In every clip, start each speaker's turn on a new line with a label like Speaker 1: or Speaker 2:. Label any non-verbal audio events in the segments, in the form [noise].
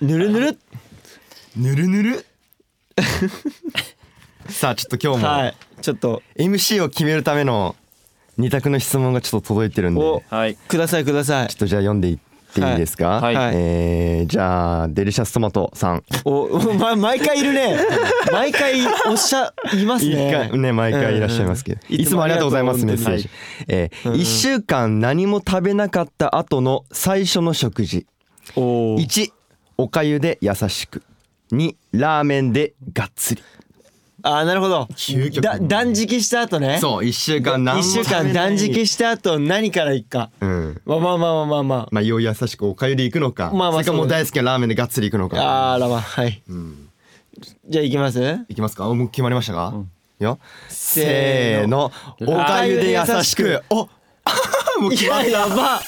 Speaker 1: ぬるぬる
Speaker 2: ぬるぬる [laughs] さあちょっと今日も、
Speaker 1: はいちょっと
Speaker 2: MC を決めるための二択の質問がちょっと届いてるんでちょ
Speaker 1: お
Speaker 2: っ
Speaker 3: はい
Speaker 1: くださいください
Speaker 2: とじゃあ読んでいっていいですか、
Speaker 3: はい
Speaker 1: はい
Speaker 2: えーじゃあデリシャストマトさん
Speaker 1: おお、ま、毎回いる
Speaker 2: [laughs]
Speaker 1: ね毎回おっしゃいます
Speaker 2: 一
Speaker 1: ね
Speaker 2: 回ね毎回いらっしゃいますけど、
Speaker 1: うんうん
Speaker 2: いつもありがとうございますメッセージ、えー一週間何も食べなかった後の最初の食事
Speaker 1: おー
Speaker 2: 1おかゆで優しく2ラーメンでがっつり
Speaker 1: あーなるほど
Speaker 2: 究極
Speaker 1: だ断食した後ね
Speaker 2: そう1週間何も
Speaker 1: 一
Speaker 2: 食べ
Speaker 1: 週間断食した後何からいくか
Speaker 2: うん
Speaker 1: まあまあまあまあまあ
Speaker 2: まあよう優しくおかゆで行くのか、
Speaker 1: まあまあ
Speaker 2: それかもう大好きなラーメンでがっつり行くの
Speaker 1: まあ
Speaker 2: か
Speaker 1: あらまあはい
Speaker 2: うん
Speaker 1: じゃあいきます
Speaker 2: いきますかあもう決まりましたか、よ
Speaker 1: せ
Speaker 2: せ
Speaker 1: ー
Speaker 2: ーのおかゆで優しくお [laughs] もう
Speaker 1: い
Speaker 2: 決ま
Speaker 1: や
Speaker 2: り
Speaker 1: や
Speaker 2: [laughs]
Speaker 1: ば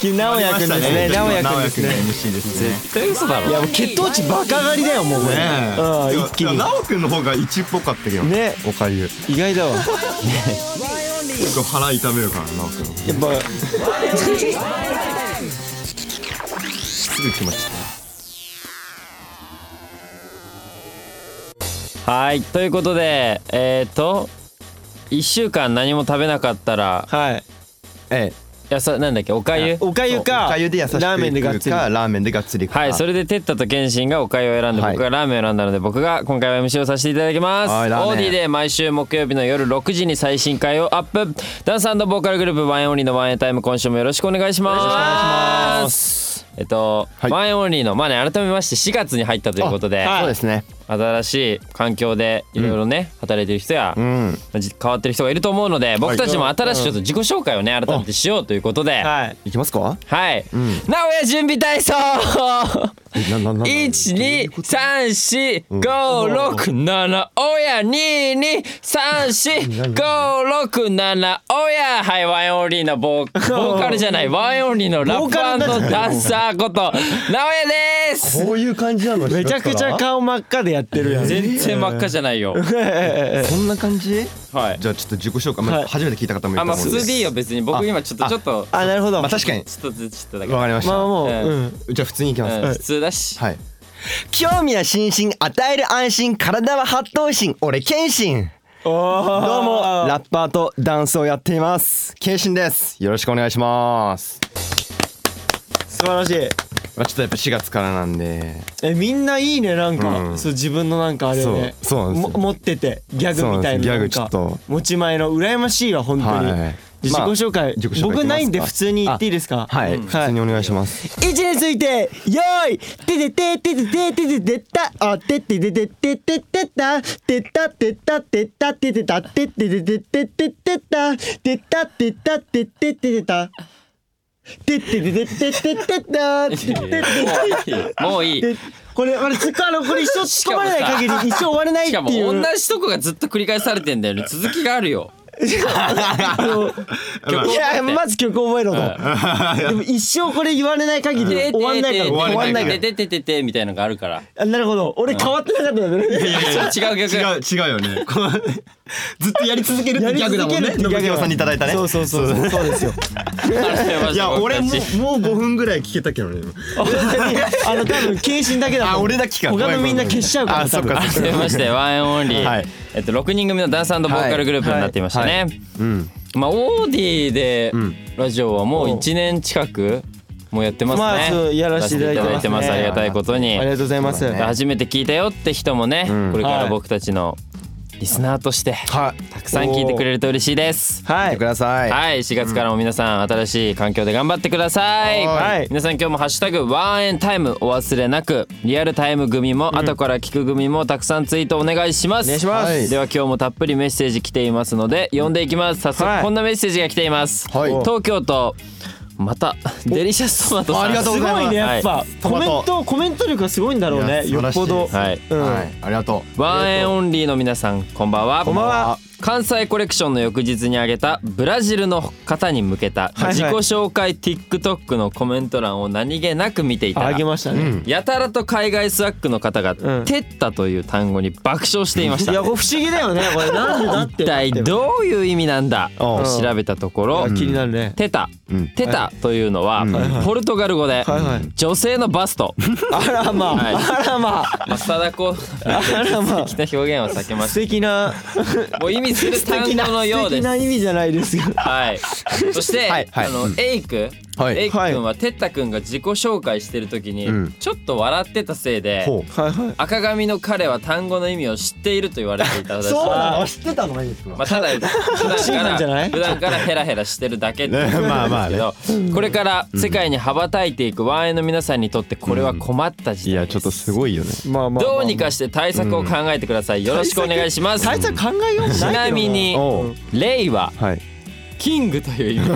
Speaker 1: き直哉くんですね直哉くんですね
Speaker 2: 君 MC ですね
Speaker 3: 絶対嘘だろ
Speaker 1: いやもう血糖値バカ狩りだよもうこれ、
Speaker 2: ねえ
Speaker 1: うん一気に
Speaker 2: なおくんの方が1っぽかったけど
Speaker 1: ね
Speaker 2: おかゆ
Speaker 1: 意外だわ
Speaker 2: 結構腹痛めるからなおくん
Speaker 1: やっぱ
Speaker 2: すぐ来ました
Speaker 3: はいということでえっ、と1週間何も食べなかったら
Speaker 1: はい
Speaker 2: ええ
Speaker 3: やさなんだっけおかゆ
Speaker 1: おかゆか
Speaker 2: おかゆで優しく
Speaker 1: ラーメンでがっつり
Speaker 2: かラーメンでがっつり
Speaker 3: はいそ
Speaker 2: れ
Speaker 3: れでテッタとケンシンがおかゆを選んで
Speaker 2: はい
Speaker 3: 僕がラーメンを選んだので僕が今回は MC をさせていただきます
Speaker 2: はいラーメン
Speaker 3: オーディで毎週木曜日の夜6時に最新回をアップダンスボーカルグループワンエンオンリーのワンエンタイム今週もよろしくお願いします
Speaker 2: お願いします
Speaker 3: えっと、
Speaker 2: はい
Speaker 3: ワンエンオンリーのまあね改めまして4月に入ったということで、
Speaker 1: あはい
Speaker 2: そうですね
Speaker 3: 新しい環境でいろいろね、働いてる人や、
Speaker 2: うん
Speaker 3: まあじ変わってる人がいると思うので僕たちも新しいちょっと自己紹介をね改めてしようということではい、
Speaker 1: はい
Speaker 2: いきますかん
Speaker 3: なおや準備体操
Speaker 2: えななな
Speaker 3: 一二三四五六七おや二二三四五六七おやはいワンオンリーのボーボーカルじゃないワンオンリーのラ
Speaker 1: ボ
Speaker 3: ッ
Speaker 1: ーカルになっちゃった
Speaker 3: プダンサーことなおやです
Speaker 2: こういう感じなの
Speaker 1: めちゃくちゃ顔真っ赤でやってるやん
Speaker 3: 全然真っ赤じゃない
Speaker 1: [laughs]
Speaker 3: よ
Speaker 2: そんな感じ
Speaker 3: はい
Speaker 2: じゃあちょっと自己紹介ま
Speaker 1: は
Speaker 2: あ
Speaker 1: い
Speaker 2: 初めて聞いた方もい
Speaker 3: あ
Speaker 2: ると
Speaker 3: まあ
Speaker 2: 思う
Speaker 3: 普
Speaker 2: んで
Speaker 3: 通でいいよ別に僕今ちょっと
Speaker 2: あ
Speaker 3: ちょっと
Speaker 1: あなるほど
Speaker 2: まあ
Speaker 1: ま
Speaker 2: 確かに
Speaker 3: ちょっとずつちょっとだけ
Speaker 2: わかりまし
Speaker 1: あ
Speaker 2: た
Speaker 1: もう、
Speaker 3: ええ
Speaker 1: うん
Speaker 2: じゃあ普通にいきます
Speaker 3: うん普通だし
Speaker 2: はい興味は心身与える安心体は発動心俺謙信
Speaker 1: お
Speaker 2: どうも
Speaker 1: ラ
Speaker 2: ラッパーとダンスをやっています謙信ですよろしくお願いします
Speaker 1: 素晴らしい
Speaker 2: まあちょっとやっぱ4月からなんで
Speaker 1: えみんないいねなんか、
Speaker 2: うん
Speaker 1: そう自分のなんかあれをね
Speaker 2: そうそうなんですよ
Speaker 1: も持っててギャグみたいななん
Speaker 2: そうなんですギャグ
Speaker 1: か
Speaker 2: ちょっと
Speaker 1: 持ち前の羨ましいわ本当に、
Speaker 2: はい
Speaker 1: で自己
Speaker 2: まあ
Speaker 1: 紹介,、
Speaker 2: 自己紹介いきますか
Speaker 1: 僕ないんで普通に言っていいですか
Speaker 2: はい、
Speaker 1: うん
Speaker 2: 普通にお願いします、
Speaker 1: 位置についてよーいててててててててたあてててててててたてたてたてたててたてててててててたてたてたててててたてててててててたててて
Speaker 3: [laughs] もういい
Speaker 1: てこれこれつあのこれ一生突っ込まれない限り一生終われないっ
Speaker 3: してかも
Speaker 1: いう
Speaker 3: 同じとこがずっと繰り返されてんだよね続きがあるよ
Speaker 1: いやまず曲覚えろとでも一生これ言われない限り終わんないから終わんないか
Speaker 3: でててててみたいなのがあ
Speaker 1: [laughs]
Speaker 3: るから
Speaker 1: らなるほど俺変わってなかったんだね
Speaker 3: 違う曲
Speaker 2: う違うよねこの [laughs] ずっとやり続けるっ
Speaker 1: や
Speaker 2: て
Speaker 1: り
Speaker 2: ギャグだ
Speaker 1: 続け
Speaker 2: もん
Speaker 1: る
Speaker 2: ね
Speaker 1: って
Speaker 2: 信
Speaker 1: ギャグ
Speaker 2: 清さんにいただいたね
Speaker 1: そうそうそうそうそうですよ
Speaker 2: いや俺
Speaker 3: [laughs]
Speaker 2: も
Speaker 3: も
Speaker 2: うもう5分ぐらい聞けたけどね今
Speaker 1: あの多分謙信だけだと思う
Speaker 2: あ俺だけか
Speaker 1: 他のみんな消しちゃうから
Speaker 2: あそ
Speaker 1: 多
Speaker 2: っ
Speaker 1: 分
Speaker 2: か
Speaker 3: 改めましてワンエンオンリー、
Speaker 2: はい
Speaker 3: えっと6人組のダンスボーカルグループになっていましたね、
Speaker 2: はいうん
Speaker 3: まあオーディで
Speaker 2: ん
Speaker 3: ラジオはもう1年近くもうやってますね、
Speaker 1: まあそうやらせていただいてますね
Speaker 3: やらせてありがたいことに
Speaker 1: ありがとうございます
Speaker 2: そうだね
Speaker 3: 初めて聞いたよって人もね、
Speaker 2: うん
Speaker 3: これか
Speaker 1: は
Speaker 3: ら
Speaker 1: い
Speaker 3: 僕たちのリスナーとして
Speaker 2: はい
Speaker 3: たくさん聞いてくれると嬉しいです
Speaker 2: 見
Speaker 1: は
Speaker 2: て
Speaker 1: い
Speaker 2: ください、
Speaker 3: はい4月からも皆さん新しい環境で頑張ってください、
Speaker 2: はい
Speaker 3: 皆さん今日も「ハッシュタグワンエンタイム」お忘れなくリアルタイム組も後から聞く組もたくさんツイートお願いします
Speaker 1: お願いします
Speaker 2: はい
Speaker 3: では今日もたっぷりメッセージ来ていますので読んでいきます早
Speaker 1: はい
Speaker 3: 速こんなメッセージが来ています、
Speaker 2: はい
Speaker 3: 東京都またデリシャストマトさん
Speaker 2: ありがとう
Speaker 1: す
Speaker 2: ございます
Speaker 1: ごいねやっ
Speaker 3: は
Speaker 1: ぱ
Speaker 2: ト
Speaker 1: コ
Speaker 2: マト
Speaker 1: メントコメント力がすごいんだろう
Speaker 2: いや
Speaker 1: ね
Speaker 2: 素晴
Speaker 1: よ
Speaker 2: ら
Speaker 1: っ
Speaker 2: しい
Speaker 1: ぽど
Speaker 3: はい
Speaker 1: うん
Speaker 2: はいありがとう
Speaker 3: ワンエンオンリーの皆さんこんばんは
Speaker 1: こんばんは
Speaker 3: 関西コレクションの翌日にあげたブラジルの方に向けた
Speaker 1: いはい
Speaker 3: 自己紹介 TikTok のコメント欄を何気なく見ていた
Speaker 1: あげ
Speaker 3: ら
Speaker 1: ましたね。
Speaker 3: やたらと海外スワックの方が
Speaker 1: うん
Speaker 3: 「テッタ」という単語に爆笑していまし
Speaker 1: い
Speaker 3: た
Speaker 1: や、これ不思議だよね。これなんでだって。
Speaker 3: 一体どういう意味なんだ
Speaker 1: う
Speaker 3: を
Speaker 1: ん
Speaker 3: 調べたところ
Speaker 1: あ気になるね。
Speaker 3: テタ
Speaker 2: うん
Speaker 3: テタというのは
Speaker 1: はい
Speaker 3: ポルトガル語で
Speaker 1: はいはい
Speaker 3: 女性のバスト
Speaker 1: あらま
Speaker 3: はい
Speaker 1: あ、あらま [laughs] あ、
Speaker 3: まあ貞子
Speaker 1: あらまあ。
Speaker 3: 的な表現は避けま
Speaker 1: 素
Speaker 3: す
Speaker 1: 敵な
Speaker 3: もう意味する単語のよう
Speaker 1: 素
Speaker 3: で
Speaker 1: 敵
Speaker 3: す
Speaker 1: な意味じゃないですか。
Speaker 3: はいそして
Speaker 2: はいはい
Speaker 3: あのエイク
Speaker 2: はい
Speaker 3: エイク君はテッタ君が自己紹介してる時に
Speaker 2: うん
Speaker 3: ちょっと笑ってたせいで
Speaker 2: ほう
Speaker 1: はいはい。
Speaker 3: 赤髪の彼は単語の意味を知っていると言われていたらしい
Speaker 4: そうなの知ってたのいいですか
Speaker 3: まあ、ただ普段
Speaker 1: な
Speaker 3: か
Speaker 1: んじゃな
Speaker 3: ら
Speaker 1: い
Speaker 3: 普段からヘラヘラしてるだけっていうこと
Speaker 2: まあま
Speaker 3: な
Speaker 2: あ
Speaker 3: ん
Speaker 2: ね
Speaker 3: ですけどこれから世界に羽ばたいていくワンエンの皆さんにとってこれは困った時
Speaker 2: いや
Speaker 3: 代
Speaker 2: ちょ
Speaker 3: で
Speaker 2: っと
Speaker 3: す
Speaker 2: すごいよね
Speaker 1: まあまあまあ。
Speaker 3: どうにかして対策を考えてくださいよろしくお願いします
Speaker 1: 対
Speaker 3: ち
Speaker 1: 策考えようもないけど
Speaker 3: なみ。に
Speaker 2: おう
Speaker 3: レイは
Speaker 2: はい
Speaker 3: キングという意味
Speaker 1: お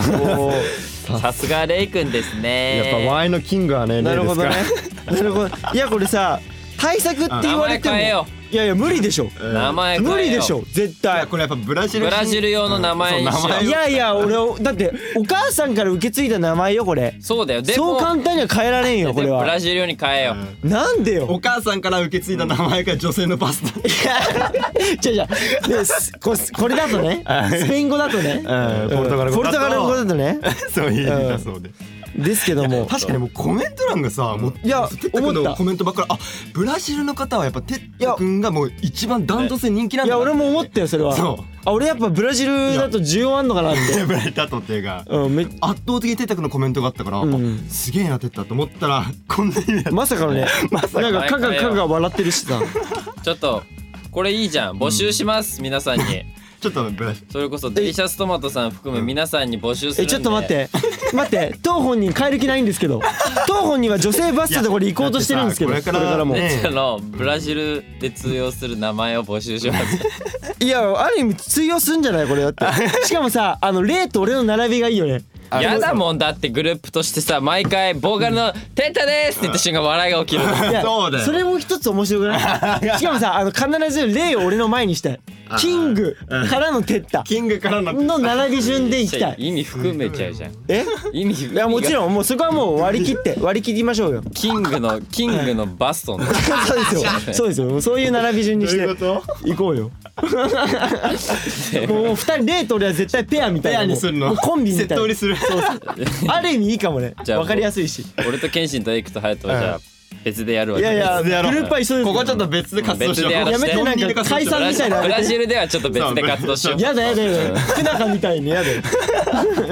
Speaker 1: ー
Speaker 3: [laughs] さすがレイくんです
Speaker 2: やっぱ
Speaker 3: ね
Speaker 2: ワインのキングはね
Speaker 1: なるほどね
Speaker 2: 例
Speaker 1: [laughs] な
Speaker 2: で。 [laughs]
Speaker 1: るほど。いやこれさ、対策って
Speaker 3: 名
Speaker 1: 言われ
Speaker 3: 前
Speaker 1: ても。
Speaker 3: 変えよ
Speaker 1: いやいや無理でしょ。
Speaker 3: う名前変えよう
Speaker 1: 無理でしょ絶
Speaker 2: すか
Speaker 1: 対。
Speaker 2: これやっぱブラジ
Speaker 3: ブラジル用の名前にしよ
Speaker 2: そう名
Speaker 1: い
Speaker 3: うん
Speaker 2: 前
Speaker 1: やいや俺をだってお母さんから受け継いだ名前よこれ。
Speaker 3: そうだよで
Speaker 1: そう
Speaker 3: も
Speaker 1: 簡単には変えられんよこれ
Speaker 3: でもブラ
Speaker 1: は。
Speaker 3: ジル用に変えよう
Speaker 1: なんでよ。
Speaker 2: 母さんから受け継いだ名前が女性のパス [laughs] タ
Speaker 1: [laughs] じゃじゃ。ですここれだとね。スペイン語だとね。
Speaker 2: [laughs] うんポルトガル
Speaker 1: ポ
Speaker 2: 語だと
Speaker 1: ルトガル語だとね。
Speaker 2: [laughs] そういう意味だそうで
Speaker 1: ですけど
Speaker 2: [laughs]
Speaker 1: も。
Speaker 2: 確かにもうコメント欄がさもう
Speaker 1: いや
Speaker 2: テッタ君
Speaker 1: 思っ
Speaker 2: の
Speaker 1: た
Speaker 2: コメントばっかりあブラジルの方はやっぱテッタ君がもう一番ダントツで人気なん
Speaker 1: い
Speaker 2: だ
Speaker 1: や俺も思
Speaker 2: っ
Speaker 1: ったよそれは。
Speaker 2: そう
Speaker 1: あ俺やっぱブラジルだと需要あんのかなって。
Speaker 2: て [laughs] ブラジルだとっていうか
Speaker 1: うんめ
Speaker 2: 圧倒的にテッタ君のコメントがあったから、
Speaker 1: うん
Speaker 2: あすげえなテッタと思ったら [laughs] こんなに
Speaker 1: まさかのね。
Speaker 2: [laughs] まさか
Speaker 1: なんかカガカガ笑ってるしさ。
Speaker 3: ちょっとこれいいじゃん募集します皆さんに。
Speaker 2: ちょっとブラジル
Speaker 3: それこそデリシャストマトさん含め皆さんに募集する
Speaker 1: え
Speaker 3: んで
Speaker 1: ちょっと待って待って当本人変える気ないんですけど当本人は女性バストでこれ行こうとしてるんですけど
Speaker 2: い
Speaker 1: こ
Speaker 2: や
Speaker 1: れ
Speaker 2: だって
Speaker 1: か
Speaker 2: さ
Speaker 1: らも
Speaker 2: これからね
Speaker 3: あのブラジルで通用する名前を募集します
Speaker 1: いやある意味通用すんじゃないこれだってしかもさあの例と俺の並びがいいよね
Speaker 3: やだもんだってグループとしてさ毎回ボーカルの「テンタです!」って言った瞬間笑いが起きる [laughs]
Speaker 1: いや
Speaker 2: そうだよ
Speaker 1: それも一つ面白く [laughs] ないしかもさあの必ず例を俺の前にしたいキングからのテッタ
Speaker 2: キングからの
Speaker 1: の並び順でいきたい
Speaker 3: 意味含めちゃうじゃん
Speaker 1: え
Speaker 3: 意味い
Speaker 1: いやもちろんもうそこはもう割り切って割り切りましょうよ
Speaker 3: キン
Speaker 1: [laughs]
Speaker 3: グのキングのバストン
Speaker 1: そうですよそうですよもうそういう並び順にして
Speaker 2: と
Speaker 1: 行こう [laughs] よもう二人レイと俺は絶対ペアみたいな
Speaker 2: ペアにするの
Speaker 1: もうコンビみたいな
Speaker 2: セット売りする
Speaker 1: そうそうある意味いいかもね
Speaker 3: じゃあ
Speaker 1: わかりやすいし
Speaker 3: 俺とケンシンとエイクとハヤトはじゃあ別でやるわ
Speaker 1: いやいや
Speaker 2: 別でやろう
Speaker 1: グループは一緒ですよ
Speaker 2: ここちょっと別で活動しよう
Speaker 3: 別で
Speaker 1: やめて
Speaker 3: や
Speaker 1: なん
Speaker 2: 四人で
Speaker 1: か
Speaker 2: 活動
Speaker 1: 解
Speaker 2: しよう
Speaker 1: 散みたいな
Speaker 3: ブラジルではちょっと別で活動しよう
Speaker 1: やだやだやだ福永みたいにやだよ
Speaker 3: [laughs]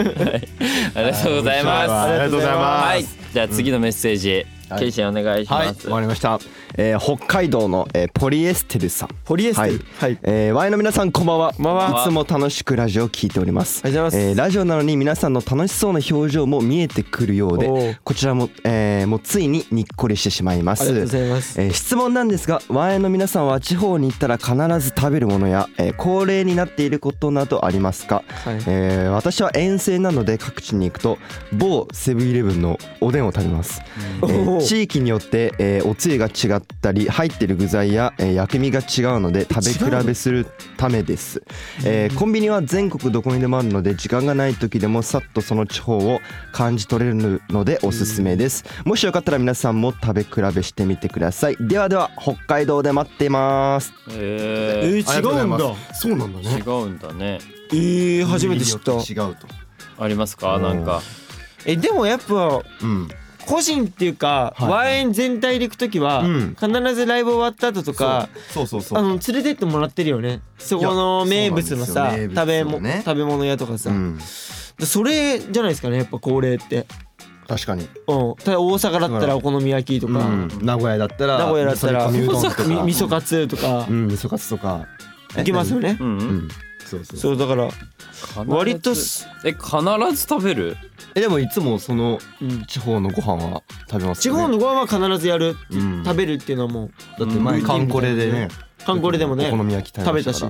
Speaker 3: ありがとうございます
Speaker 2: ありがとうございます
Speaker 3: はいじゃあ次のメッセージ、ケンシンお願いし
Speaker 2: はい、
Speaker 3: ま
Speaker 2: 終
Speaker 3: す、
Speaker 2: わりました。えー、北海道の、えー、ポリエステルさん。
Speaker 1: ポリエステル
Speaker 2: は
Speaker 1: はいい。
Speaker 2: えー、ワイの皆さんこんばんは。こんばん
Speaker 3: はい
Speaker 2: つも楽しくラジオを聞いております。
Speaker 1: ありがとうございます
Speaker 2: えーラジオなのに皆さんの楽しそうな表情も見えてくるよう
Speaker 1: お
Speaker 2: で
Speaker 1: う、
Speaker 2: こちらも、えー、もうついににっこりしてしまいます。
Speaker 1: ありがとうございます
Speaker 2: えー質問なんですが、ワイの皆さんは地方に行ったら必ず食べるものや、えー、恒例になっていることなどありますか。
Speaker 1: い
Speaker 2: えー私は遠征なので各地に行くと某セブンイレブンのおでんを食べます、えー
Speaker 1: おお
Speaker 2: 地域によって、えーおつゆが違ったり入ってる具材や、えー薬味が違うので食べ比べするためです、えーコンビニは全国どこにでもあるので時間がない時でもさっとその地方を感じ取れるのでおすすめですもしよかったら皆さんも食べ比べしてみてくださいではでは北海道で待っています
Speaker 1: え
Speaker 3: えー
Speaker 1: ー、違うんだ
Speaker 2: そうなんだ
Speaker 3: 違うんだね
Speaker 1: えー、初めて知った
Speaker 2: 違うと
Speaker 3: ありますか
Speaker 2: うん
Speaker 3: なんか
Speaker 1: えでもやっぱ
Speaker 2: うん
Speaker 1: 個人っていうか、
Speaker 2: はい
Speaker 1: ワイン全体で行くときは、
Speaker 2: うん
Speaker 1: 必ずライブ終わった後とか
Speaker 2: そうそうそう
Speaker 1: あの連れてってもらってるよねそこの名物のさ、
Speaker 2: そうなんですよ
Speaker 1: 食べも
Speaker 2: 名物のね
Speaker 1: 食べ物屋とかさ、
Speaker 2: うん
Speaker 1: でそれじゃないですかねやっぱ恒例って、
Speaker 2: 確かに、
Speaker 1: うん、ただ大阪だったらお好み焼きとか、
Speaker 2: 名古屋だったら
Speaker 1: 名古屋だったら
Speaker 2: 味
Speaker 1: み
Speaker 2: 噌煮込みうどんと
Speaker 1: 味
Speaker 2: か
Speaker 1: 噌カツとか
Speaker 2: う、ん味噌カツとか
Speaker 1: いけますよね
Speaker 3: う、
Speaker 2: うんんそうそう
Speaker 1: そうだから
Speaker 3: うん
Speaker 1: 割と
Speaker 3: 必
Speaker 1: す
Speaker 3: ずえ必ず食べる
Speaker 2: えでもいつもその
Speaker 1: うん
Speaker 2: 地方のご飯は食べます
Speaker 1: 地
Speaker 2: よね
Speaker 1: 方のご飯は必ずやる、
Speaker 2: うん
Speaker 1: 食べるっていうのはもう
Speaker 2: だって前
Speaker 1: うん
Speaker 2: カンコレでね
Speaker 1: カンコレでもね
Speaker 2: お好み焼き
Speaker 1: 食べ
Speaker 2: べ
Speaker 1: たし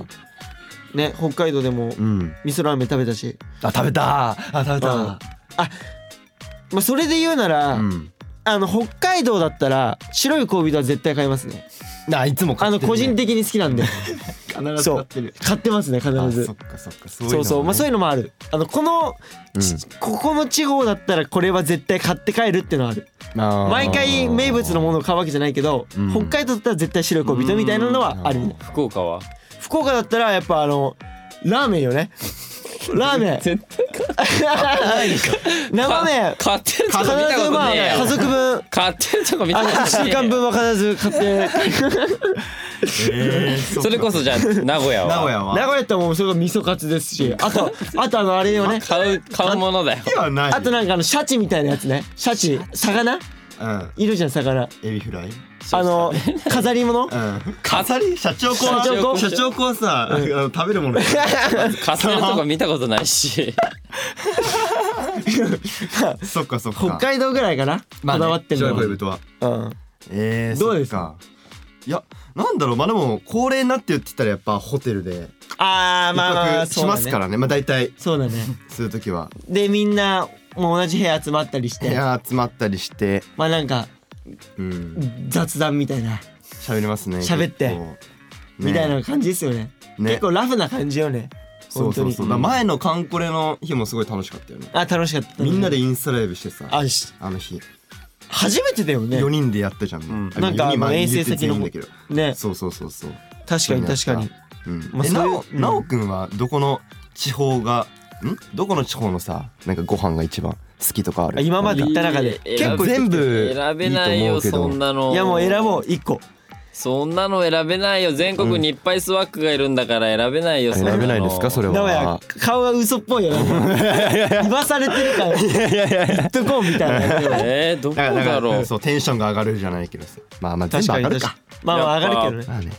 Speaker 1: ね北海道でも
Speaker 2: うん
Speaker 1: 味噌ラーメン食べたし、
Speaker 2: あ食べたあ食べ
Speaker 1: うんまあ、それで言うなら、
Speaker 2: うん
Speaker 1: あの北海道だったら白い恋人は絶対買いますね
Speaker 2: あいつも
Speaker 1: あ
Speaker 2: 買っ
Speaker 1: の
Speaker 2: てる
Speaker 1: 個
Speaker 2: ね
Speaker 1: 人的に好きなんで
Speaker 2: 必ず
Speaker 1: そ
Speaker 2: 買
Speaker 1: う
Speaker 2: ってる
Speaker 1: 買ってますね必
Speaker 2: あ
Speaker 1: ず
Speaker 2: そっかそっかそういうの
Speaker 1: そうそうまあそういううのもあるあのこのち
Speaker 2: う
Speaker 1: ここの地方だったらこれは絶対買って帰るってのはある毎
Speaker 2: 毎
Speaker 1: 回名物のものを買うわけじゃないけど
Speaker 2: うん
Speaker 1: 北海道だったら絶対白い恋人みたいなのはあるね
Speaker 3: 福岡は
Speaker 1: 福岡だったらやっぱあのラーメンよねラーメ
Speaker 2: [laughs]
Speaker 1: ン
Speaker 3: 絶対
Speaker 1: 生麺
Speaker 3: 買ってると
Speaker 1: 必
Speaker 3: こ見たこ
Speaker 1: ず
Speaker 3: と
Speaker 1: まあ
Speaker 3: ねえ
Speaker 1: 家
Speaker 3: よ
Speaker 1: 族分
Speaker 3: 買ってるとこ見た
Speaker 1: あ
Speaker 3: こ
Speaker 1: の
Speaker 3: とね
Speaker 1: 1週間
Speaker 3: えよ
Speaker 1: 分は必ず買って
Speaker 2: えー
Speaker 3: それこそじゃあ名古屋は
Speaker 2: 名古屋
Speaker 1: 名
Speaker 2: は
Speaker 1: 古屋ってもうそれが味噌カツですしあとあとあのあれよね
Speaker 3: 買う買うものだよ
Speaker 2: ではない
Speaker 1: あとなんかあのシャチみたいなやつねシャチ魚
Speaker 2: うん
Speaker 1: いるじゃん魚
Speaker 2: エビフライ
Speaker 1: あの飾り物
Speaker 2: うん
Speaker 3: 買
Speaker 2: 飾
Speaker 3: [laughs]
Speaker 2: り社長子は
Speaker 1: 社長子
Speaker 2: 社長子はさ、あの食べ
Speaker 1: [laughs]
Speaker 2: るもの
Speaker 3: 買ってるとこ見たことな
Speaker 2: [laughs]
Speaker 3: いし
Speaker 2: そっかそっか
Speaker 1: [laughs] 北海道ぐらいかな
Speaker 2: まあ
Speaker 1: こ
Speaker 2: ね
Speaker 1: だわってるの
Speaker 2: 白い恋人は
Speaker 1: は
Speaker 2: えー、
Speaker 1: どうです
Speaker 2: そっかいやなんだろうまあでも高齢になってるって言ったらやっぱホテルで
Speaker 1: ああ
Speaker 2: 一
Speaker 1: まあまあ
Speaker 2: 泊
Speaker 1: そ
Speaker 2: し
Speaker 1: う
Speaker 2: ま
Speaker 1: だ
Speaker 2: す
Speaker 1: ね
Speaker 2: からねまあ大体
Speaker 1: そうだね
Speaker 2: する時は
Speaker 1: でみんなもう同じ部屋集まったりし
Speaker 2: い
Speaker 1: て
Speaker 2: や集まったりして
Speaker 1: まあなんか
Speaker 2: うん
Speaker 1: 雑談みたいな
Speaker 2: 喋りますね
Speaker 1: 喋って
Speaker 2: 結構ね
Speaker 1: みたいな感じですよね
Speaker 2: ね
Speaker 1: 結構ラフな感じよね
Speaker 2: そうそうそう
Speaker 1: 本当に
Speaker 2: だから前のカンコレの日もすごい楽しかったよね
Speaker 1: あ楽しかった
Speaker 2: みんなでインスタライブしてさ
Speaker 1: あし
Speaker 2: あの日
Speaker 1: 初めてだよね
Speaker 2: 4人でやったじゃん、
Speaker 3: ん
Speaker 2: あ
Speaker 1: なんか
Speaker 2: 4人まあ
Speaker 1: あの
Speaker 2: 言うて
Speaker 1: 遠征先の方
Speaker 2: 全員だけど
Speaker 1: ね
Speaker 2: そうそうそうそう
Speaker 1: 確かに確かに
Speaker 2: うん
Speaker 1: まあ
Speaker 2: え
Speaker 1: そう
Speaker 2: な
Speaker 1: いう
Speaker 2: お
Speaker 1: うん
Speaker 2: なおくんはどこの地方がんどこの地方のさなんかご飯が一番好きとかあ
Speaker 1: あ
Speaker 2: る
Speaker 1: 今まで行った中で
Speaker 3: いい
Speaker 2: 結構全部
Speaker 3: 選べな
Speaker 2: いい
Speaker 3: い
Speaker 2: と思
Speaker 3: よ
Speaker 2: うけど
Speaker 3: そんなの
Speaker 1: いやもう選ぼう一個
Speaker 3: そんなの選べないよ全国にいっぱいスワックがいるんだから選べないよそん
Speaker 2: 選
Speaker 3: なの
Speaker 2: べないですかそれ
Speaker 1: 名古屋
Speaker 2: は
Speaker 1: 顔が嘘っぽいよね言わされてるから言っとこうみたいな
Speaker 3: えー、どこ
Speaker 2: だから
Speaker 3: だ
Speaker 2: だ
Speaker 3: ろ
Speaker 2: か
Speaker 3: う
Speaker 2: らそうテンションが上がるじゃないけどさまあまあ全
Speaker 1: 確
Speaker 2: 部
Speaker 1: か
Speaker 2: 上
Speaker 1: に
Speaker 2: がる
Speaker 1: 確か
Speaker 2: か
Speaker 1: にまあまあ上がるけどね
Speaker 2: まあね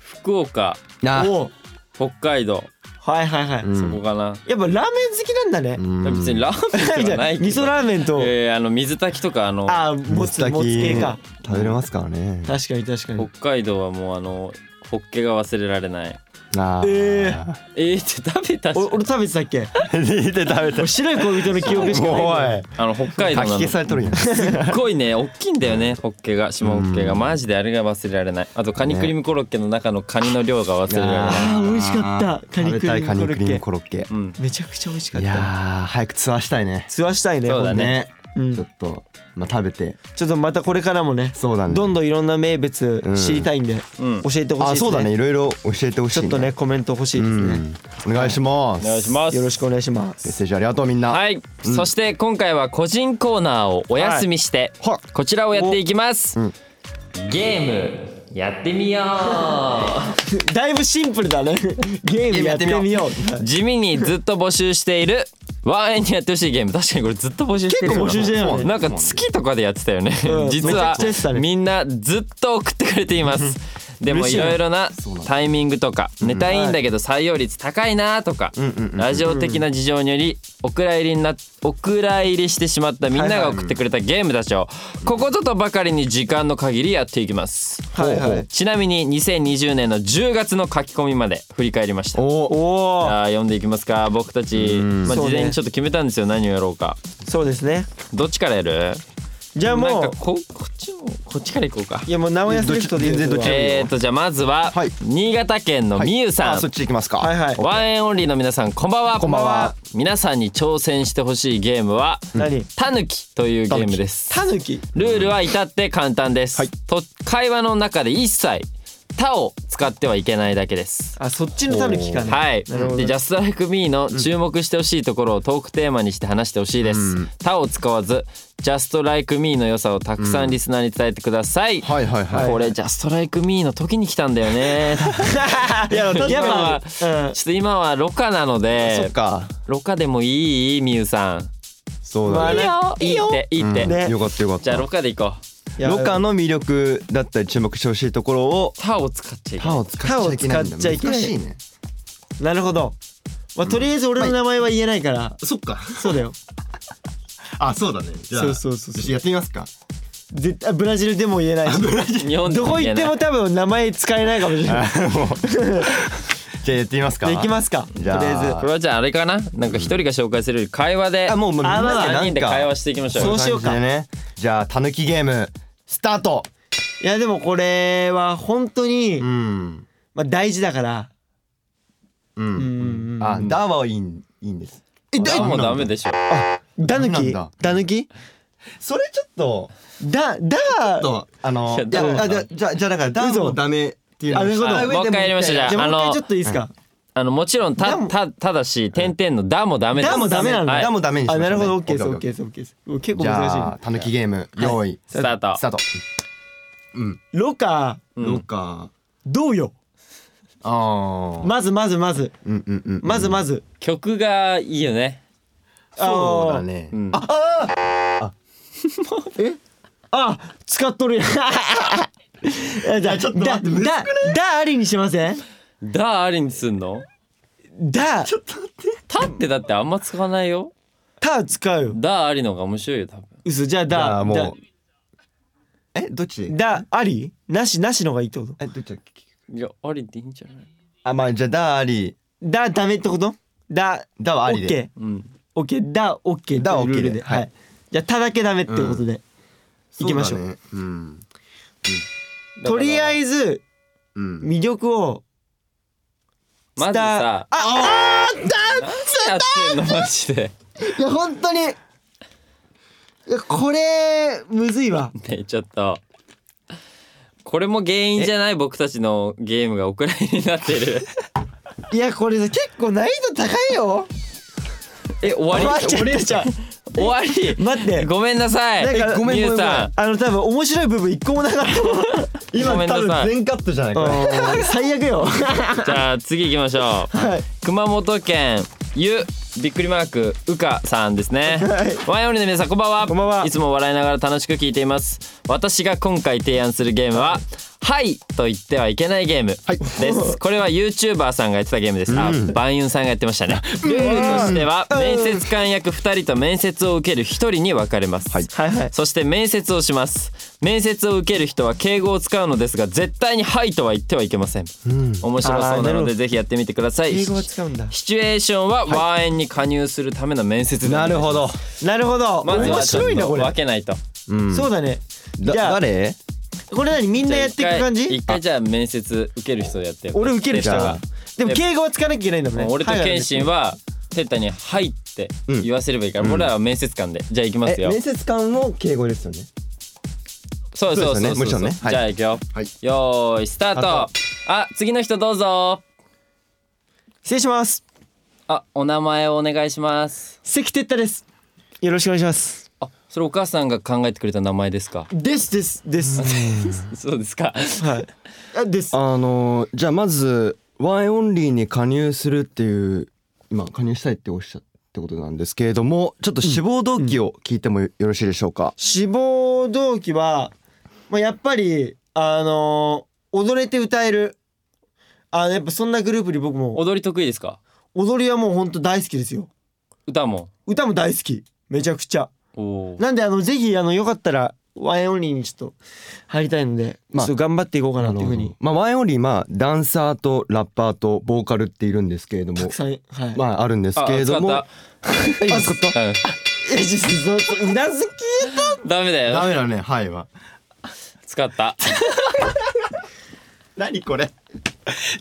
Speaker 3: 福岡
Speaker 2: な
Speaker 1: おう
Speaker 3: 北海道、
Speaker 1: はいはいはい、
Speaker 2: うん
Speaker 3: そこかな
Speaker 1: やっぱラーメン好きなんだね、
Speaker 2: うん
Speaker 3: 別にラーメン
Speaker 1: みた
Speaker 3: ではい
Speaker 1: な
Speaker 3: ない
Speaker 1: 味
Speaker 2: [laughs]
Speaker 3: けど
Speaker 1: 噌ラーメンと、
Speaker 3: えー、あの水炊きとかあの
Speaker 1: ああもつ
Speaker 2: 水炊き
Speaker 1: もつ系か
Speaker 2: 食べれますからね
Speaker 1: 確かに確かに
Speaker 3: 北海道はもうあのホッケが忘れられない
Speaker 2: あ
Speaker 1: え
Speaker 2: [laughs] ー
Speaker 3: えー、って食べたし
Speaker 1: お俺食べてたっけ
Speaker 2: 見て食べた
Speaker 1: 俺白い恋人の記憶しかない
Speaker 2: [laughs] おい
Speaker 3: あの北海道
Speaker 2: か
Speaker 3: な
Speaker 2: き
Speaker 3: の
Speaker 2: 消され
Speaker 1: [laughs]
Speaker 2: とるやんそ
Speaker 3: すっごいね大きいんだよねホッケが下ホッケがマジであれが忘れられないあとカニクリームコロッケの中のカニの量が忘れられない
Speaker 1: あー美味しかったカニクリームコロッケ
Speaker 2: 食べたいカニクリームコロッケ
Speaker 3: うん
Speaker 1: めちゃくちゃ美味しかっ
Speaker 2: いや
Speaker 1: た
Speaker 2: ー早くツアーしたいね
Speaker 1: 吸わしたいね
Speaker 3: そうだね
Speaker 1: ほん
Speaker 2: ち
Speaker 1: と
Speaker 2: ょ
Speaker 1: うん
Speaker 2: っとまあ食べて
Speaker 1: ちょっとまたこれからもね
Speaker 2: そうだね
Speaker 1: どんどんいろんな名物
Speaker 2: うん
Speaker 1: 知りたいんで、
Speaker 3: うん
Speaker 1: 教えてほしい
Speaker 2: あ
Speaker 1: ですね
Speaker 2: そうだねいろいろ教えてほしい
Speaker 1: ちょっとねコメント欲しいで
Speaker 2: う
Speaker 1: すね、
Speaker 2: んお願いします
Speaker 3: お願いします
Speaker 1: よろしくお願いしま
Speaker 2: メッ
Speaker 1: す
Speaker 2: セージありがとうみんな
Speaker 3: はい、そして今回は個人コーナーをお休みして、
Speaker 2: は
Speaker 3: こちらをやっていきます、
Speaker 2: うん
Speaker 3: ゲームやってみよう
Speaker 1: だいぶシンプルだ [laughs] ねゲームやってみよう
Speaker 3: 地味にずっと募集しているワンエンにやってほしいゲーム確かにこれずっと募集してる
Speaker 1: 結構募集してるよね
Speaker 3: なんか月とかでやってたよね、
Speaker 1: うん
Speaker 3: [laughs] 実は
Speaker 1: めちゃくちゃやってたね
Speaker 3: みんなずっと送ってくれていますでも
Speaker 1: 嬉
Speaker 3: い
Speaker 1: しいね
Speaker 3: ろいろな
Speaker 2: そうなんだ
Speaker 3: タイミングとかネタいいんだけど採用率高いなとか
Speaker 2: んうんうん
Speaker 3: ラジオ的な事情によりお蔵入りになお蔵入りしてしまったみんなが送ってくれたゲームたちをここととばかりに時間の限りやっていきます
Speaker 1: はいはい
Speaker 2: ほうほう
Speaker 3: ちなみに2020年の10月の書き込みまで振り返りました
Speaker 2: お
Speaker 1: おお
Speaker 3: あー読んでいきますか僕たち、
Speaker 2: ん
Speaker 3: まあ、
Speaker 1: そうね
Speaker 3: 事前にちょっと決めたんですよ何をやろうか
Speaker 1: そうですね
Speaker 3: どっちからやる
Speaker 1: じゃあ
Speaker 3: なん
Speaker 1: も
Speaker 3: か
Speaker 1: う
Speaker 3: ここっちのこっちからいこうか
Speaker 1: いやもう名古屋セレクトでいいです
Speaker 2: 全然どっちでもいいよ
Speaker 3: えーとじゃあまずは、
Speaker 2: はい
Speaker 3: 新潟県のみゆさん、
Speaker 2: あそっち行きますか
Speaker 1: はいはい
Speaker 3: ワンエンオンリーの皆さんこんばんは
Speaker 2: こんばんは
Speaker 3: 皆さんに挑戦してほしいゲームは
Speaker 1: 何
Speaker 3: タヌキというゲームです
Speaker 1: タヌキ
Speaker 3: ルールは至って簡単です、
Speaker 2: はい
Speaker 3: と会話の中で一切他を使ってはいけないだけです
Speaker 1: あそっちのタヌキかね
Speaker 3: はい、
Speaker 1: なるほど
Speaker 3: で「ジャストライクミーの注目してほしいところをトークテーマにして話してほしいです、
Speaker 2: うん
Speaker 3: 他を使わず「ジャストライクミーの良さをたくさんリスナーに伝えてください、
Speaker 2: はいはいはい
Speaker 3: これ「ジャストライクミーの時に来たんだよね
Speaker 1: [laughs] いや確
Speaker 3: やっ
Speaker 1: か
Speaker 3: ぱ
Speaker 1: に
Speaker 3: ちょっと今はろ過なの
Speaker 2: そ
Speaker 3: で
Speaker 2: っか
Speaker 3: ろ過でもいいみゆさん
Speaker 2: そう
Speaker 1: ま
Speaker 2: だ
Speaker 1: あ
Speaker 2: ね
Speaker 1: ね
Speaker 3: いいっていいって、
Speaker 2: うん
Speaker 1: ね
Speaker 2: よかったよかっ
Speaker 3: じゃあ
Speaker 2: た
Speaker 3: ろ過でいこう
Speaker 1: いや
Speaker 2: ロカの魅力だったり注目してほしいところを
Speaker 3: 「他」を使っちゃいけな
Speaker 2: 歯
Speaker 3: い
Speaker 2: を使っちゃいけな
Speaker 1: 歯
Speaker 2: いんだ
Speaker 1: を使っちゃいけない
Speaker 2: 難しいね
Speaker 1: なるほどまあとりあえず俺の名前は言えないから
Speaker 2: そっか
Speaker 1: そうだよ
Speaker 2: あそうだねじ
Speaker 1: そうそうそうそう
Speaker 2: やってみます [laughs] か
Speaker 1: 絶対ブラジルでも言えないし
Speaker 3: 日本で
Speaker 1: どこ
Speaker 3: 言
Speaker 1: 行
Speaker 3: え
Speaker 1: っ
Speaker 3: な
Speaker 1: て
Speaker 3: い
Speaker 1: も多分名前使えないかもしれない
Speaker 2: じゃあやってみますか
Speaker 1: できますかと
Speaker 2: じ
Speaker 1: り
Speaker 2: ゃあ
Speaker 3: これはじゃああれかななんか一人が紹介するより会話で
Speaker 2: あもうもうみんなで
Speaker 1: あまあ
Speaker 2: なんか
Speaker 3: 3人で会話していきましょう
Speaker 1: そうしようか
Speaker 2: 感じでねじゃあたぬきゲームスタート
Speaker 1: えいやでもこれは本当に、
Speaker 5: うん
Speaker 1: まあ、大事だから
Speaker 5: う
Speaker 1: うんん
Speaker 5: あだはいいんいいんです
Speaker 1: え
Speaker 3: だ
Speaker 1: だ
Speaker 3: もうダメでしょ
Speaker 1: だ抜
Speaker 5: なん
Speaker 1: き
Speaker 5: だ
Speaker 1: だ抜き
Speaker 5: それちょっと
Speaker 1: だだ
Speaker 5: ちょっとあの
Speaker 3: いや
Speaker 5: いや
Speaker 3: どう
Speaker 5: あじゃじゃじゃだからダー
Speaker 1: 嘘
Speaker 5: もダメっていうの
Speaker 1: あなるほど
Speaker 5: あ上で
Speaker 3: もう一回やりましょうじゃ
Speaker 1: じゃあ
Speaker 3: あ
Speaker 1: もう一回
Speaker 3: の
Speaker 1: ちょっといいですか
Speaker 3: あのもちろん
Speaker 1: ダ
Speaker 3: た
Speaker 1: も
Speaker 3: たただし点々の「だ」もダメです
Speaker 1: だもダメなの
Speaker 3: はい
Speaker 5: ダもダメにしま
Speaker 1: あ
Speaker 5: しょう
Speaker 1: なるほど
Speaker 5: ね
Speaker 1: OK です
Speaker 5: オ
Speaker 1: OK
Speaker 5: ッケーオッケー
Speaker 1: ですオッケーですうん結構
Speaker 5: じゃ
Speaker 1: 難
Speaker 5: あ
Speaker 1: しい
Speaker 5: たぬきゲーム用意
Speaker 3: スタート
Speaker 5: スタートうん
Speaker 1: ロカ
Speaker 3: うん
Speaker 5: どうか
Speaker 1: どうよ
Speaker 5: ああ
Speaker 1: まずまずまず
Speaker 5: うんうんうん
Speaker 1: まずま
Speaker 5: ず
Speaker 1: ず
Speaker 3: 曲がいいよね
Speaker 5: そうだね
Speaker 3: うん
Speaker 1: あ使っとるやんじゃあちょっとだだだありにしません
Speaker 3: 「だ」ありにすんの?
Speaker 1: だ
Speaker 3: 「た」ってだってあんま使わないよ
Speaker 1: た使う
Speaker 3: 「
Speaker 1: よ
Speaker 3: だ」ありの方が面白いよ多分
Speaker 1: 嘘じゃあ
Speaker 5: じゃ
Speaker 1: だ
Speaker 5: あも
Speaker 1: だ
Speaker 5: うえどっち
Speaker 1: だありなしなしの方がいいってこと
Speaker 5: えどっちだっけ
Speaker 3: いやありでいいんじゃない
Speaker 5: あまあじゃあだあり
Speaker 1: だダメってことだ
Speaker 5: だは
Speaker 1: オ
Speaker 5: あり
Speaker 1: ッ
Speaker 5: で
Speaker 1: ケー
Speaker 3: うん
Speaker 1: オッケーだオッケー
Speaker 5: だ
Speaker 1: というルール
Speaker 5: オッケー
Speaker 1: で
Speaker 5: ではい
Speaker 1: はいじゃあただけダメってことで行きましょう
Speaker 5: そだねうん
Speaker 1: とりあ
Speaker 3: ず
Speaker 1: えず
Speaker 5: うん
Speaker 1: 魅力を
Speaker 3: まずさ
Speaker 1: ああーだ
Speaker 3: やってんのマジで
Speaker 1: いや本当にいやこれむずいわ
Speaker 3: ねちょっとこれも原因じゃない僕たちのゲームがお蔵入りになってる
Speaker 1: いやこれさ結構難易度高いよ
Speaker 3: [laughs] え終わり
Speaker 1: 待って
Speaker 3: 終わり
Speaker 1: じゃあ
Speaker 3: 終わり
Speaker 1: 待って
Speaker 3: ごめんなさい
Speaker 1: なんか
Speaker 3: みゆさ
Speaker 1: あの多分面白い部分一個もなかったもん
Speaker 3: ごめんなさい
Speaker 5: 全カットじゃないこれ
Speaker 1: [laughs] うん最悪よ [laughs]
Speaker 3: んじゃあ次行きましょう、
Speaker 1: はい
Speaker 3: 熊本県ゆびっくりマークうかさんですね、ワインオンリーの皆さんこんばんは
Speaker 1: こんばんはい
Speaker 3: つも笑いながら楽しく聞いています私が今回提案するゲームははいと言ってはいけないゲーム
Speaker 1: [laughs]
Speaker 3: ですこれは YouTuber さんがやってたゲームですあ、バンユンさんがやってましたねルールとしては面接官役2人と面接を受ける1人に分かれます、
Speaker 1: はいはい
Speaker 3: そして面接をします面接を受ける人は敬語を使うのですが絶対に「はい」とは言ってはいけません、面白そう
Speaker 1: あーな
Speaker 3: な
Speaker 1: る
Speaker 3: の
Speaker 1: ほど
Speaker 3: でぜひやってみてください
Speaker 1: 英語は使うんだ
Speaker 3: シチュエーションはワーエンに加入するための面接なるほど
Speaker 1: なるほど
Speaker 3: まず
Speaker 1: 面
Speaker 3: はちょっ
Speaker 1: 白いな
Speaker 3: と
Speaker 1: これ
Speaker 3: 分けないと
Speaker 5: うん
Speaker 1: そうだね
Speaker 5: だ
Speaker 1: じゃあ
Speaker 5: 誰
Speaker 1: これ何みんなやっていく感
Speaker 3: じ
Speaker 1: じ
Speaker 3: ゃあ一回一回じゃあ面接受ける人やってよ
Speaker 1: 俺受ける人
Speaker 5: じ
Speaker 1: が
Speaker 5: ゃ
Speaker 1: でも敬語は使わなきゃいけないんだもんね
Speaker 3: もう俺と
Speaker 1: はいはい
Speaker 3: 謙信はテッタに「はい」って言わせればいいから、俺らは面接官でじゃあ行きます
Speaker 5: え
Speaker 3: よ
Speaker 5: 面接官も敬語ですよね
Speaker 3: そうそうそう
Speaker 5: そうで
Speaker 3: そう
Speaker 5: すよねもちろんねはい
Speaker 3: じゃあ行くよ、
Speaker 5: はい
Speaker 3: よーいスター
Speaker 5: スター
Speaker 3: トあ次の人どうぞ
Speaker 1: 失礼します
Speaker 3: あお名前をお願いします
Speaker 1: 関哲太ですよろしくお願いします
Speaker 3: あそれお母さんが考えてくれた名前ですか
Speaker 1: ですですです
Speaker 3: [laughs] そうですか
Speaker 1: はいあです
Speaker 2: あのーじゃあまずワンエンオンリーに加入するっていう今加入したいっておっしゃってことなんですけれどもちょっと志望動機を聞いてもよろしいでしょうか、
Speaker 1: 志望動機は、まあ、やっぱりあのー踊れて歌えるあのやっぱそんなグループに僕も
Speaker 3: 踊り得意ですか
Speaker 1: 踊りはもうほんと大好きですよ
Speaker 3: 歌も
Speaker 1: 歌も大好きめちゃくちゃ
Speaker 3: おー
Speaker 1: なんであのぜひあのよかったらワインオンリーにちょっと入りたいので、
Speaker 2: まあ
Speaker 1: ちょっと頑張っていこうかなっていうふうに
Speaker 2: まあ、ワンエンオンリーまあダンサーとラッパーとボーカルっているんですけれど
Speaker 1: た
Speaker 2: も
Speaker 1: くさんはい、
Speaker 2: まああるんです
Speaker 3: あ
Speaker 2: けれども
Speaker 3: 使ったうん
Speaker 1: えちょっとそううなずき [laughs]
Speaker 3: ダメだ
Speaker 5: ダ
Speaker 3: よ
Speaker 5: メだねはいは
Speaker 3: 使った
Speaker 5: 何これ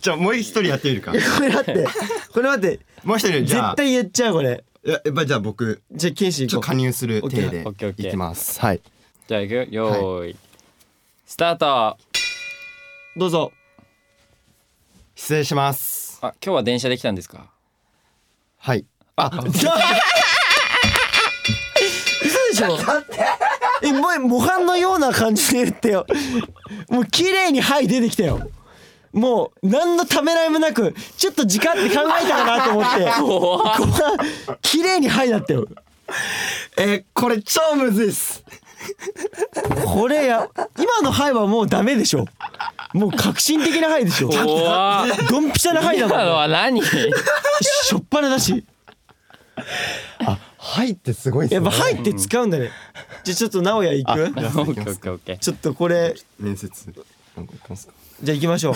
Speaker 5: じゃあもう一人やってみるか
Speaker 1: これ待ってこれ待って
Speaker 5: もう一人じゃあ
Speaker 1: 絶対言っちゃうこれ
Speaker 5: いややっぱじゃあ僕
Speaker 1: じゃあケイシ
Speaker 5: ち
Speaker 1: ー
Speaker 5: ょっと
Speaker 1: 行こ
Speaker 5: 加入する手
Speaker 1: OK
Speaker 5: で
Speaker 3: OKOK
Speaker 5: いきますはい
Speaker 3: じゃあ行くよよーい、スタート
Speaker 1: うどうぞ
Speaker 5: 失礼します
Speaker 3: あ今日は電車で来たんですか
Speaker 5: はいあ
Speaker 1: 嘘でしょえもう模範のような感じで言ってよもう綺麗に「はい」出てきたよもう何のためらいもなくちょっと時間って考えたかなと思って [laughs] ここは綺麗に「はい」だったよ
Speaker 5: えーこれ超むずいっす
Speaker 1: これや今の「はい」はもうダメでしょもう革新的な「はい」でしょ
Speaker 3: 怖っ
Speaker 1: ドンピシャな「はい」だも
Speaker 3: 今の
Speaker 1: ん
Speaker 3: は何
Speaker 1: しょっぱなだし
Speaker 5: はいってすごいっす
Speaker 1: や
Speaker 5: ね
Speaker 1: っぱ「はい」って使うんだねじゃあちょっと直哉行く
Speaker 3: オッケーオッケーオッケー
Speaker 1: ちょっとこれ
Speaker 5: 面接なんか行きますか
Speaker 1: じゃあ行きましょう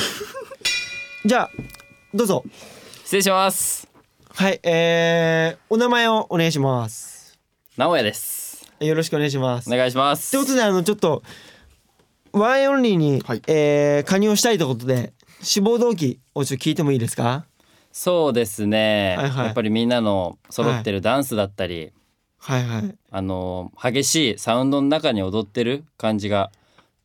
Speaker 1: [laughs] じゃあどうぞ
Speaker 3: 失礼します
Speaker 1: はい、えー、お名前をお願いします。
Speaker 3: 名古屋です
Speaker 1: よろしくお願いします。
Speaker 3: お願いします
Speaker 1: ということで、あの、ちょっと、ワンエンオンリーに、
Speaker 5: はい
Speaker 1: えー加入をしたいということで志望動機をちょっと聞いてもいいですか
Speaker 3: そうですね、
Speaker 1: はいはい
Speaker 3: やっぱりみんなの揃ってるダンスだったり、
Speaker 1: はいはい
Speaker 3: あの激しいサウンドの中に踊ってる感じが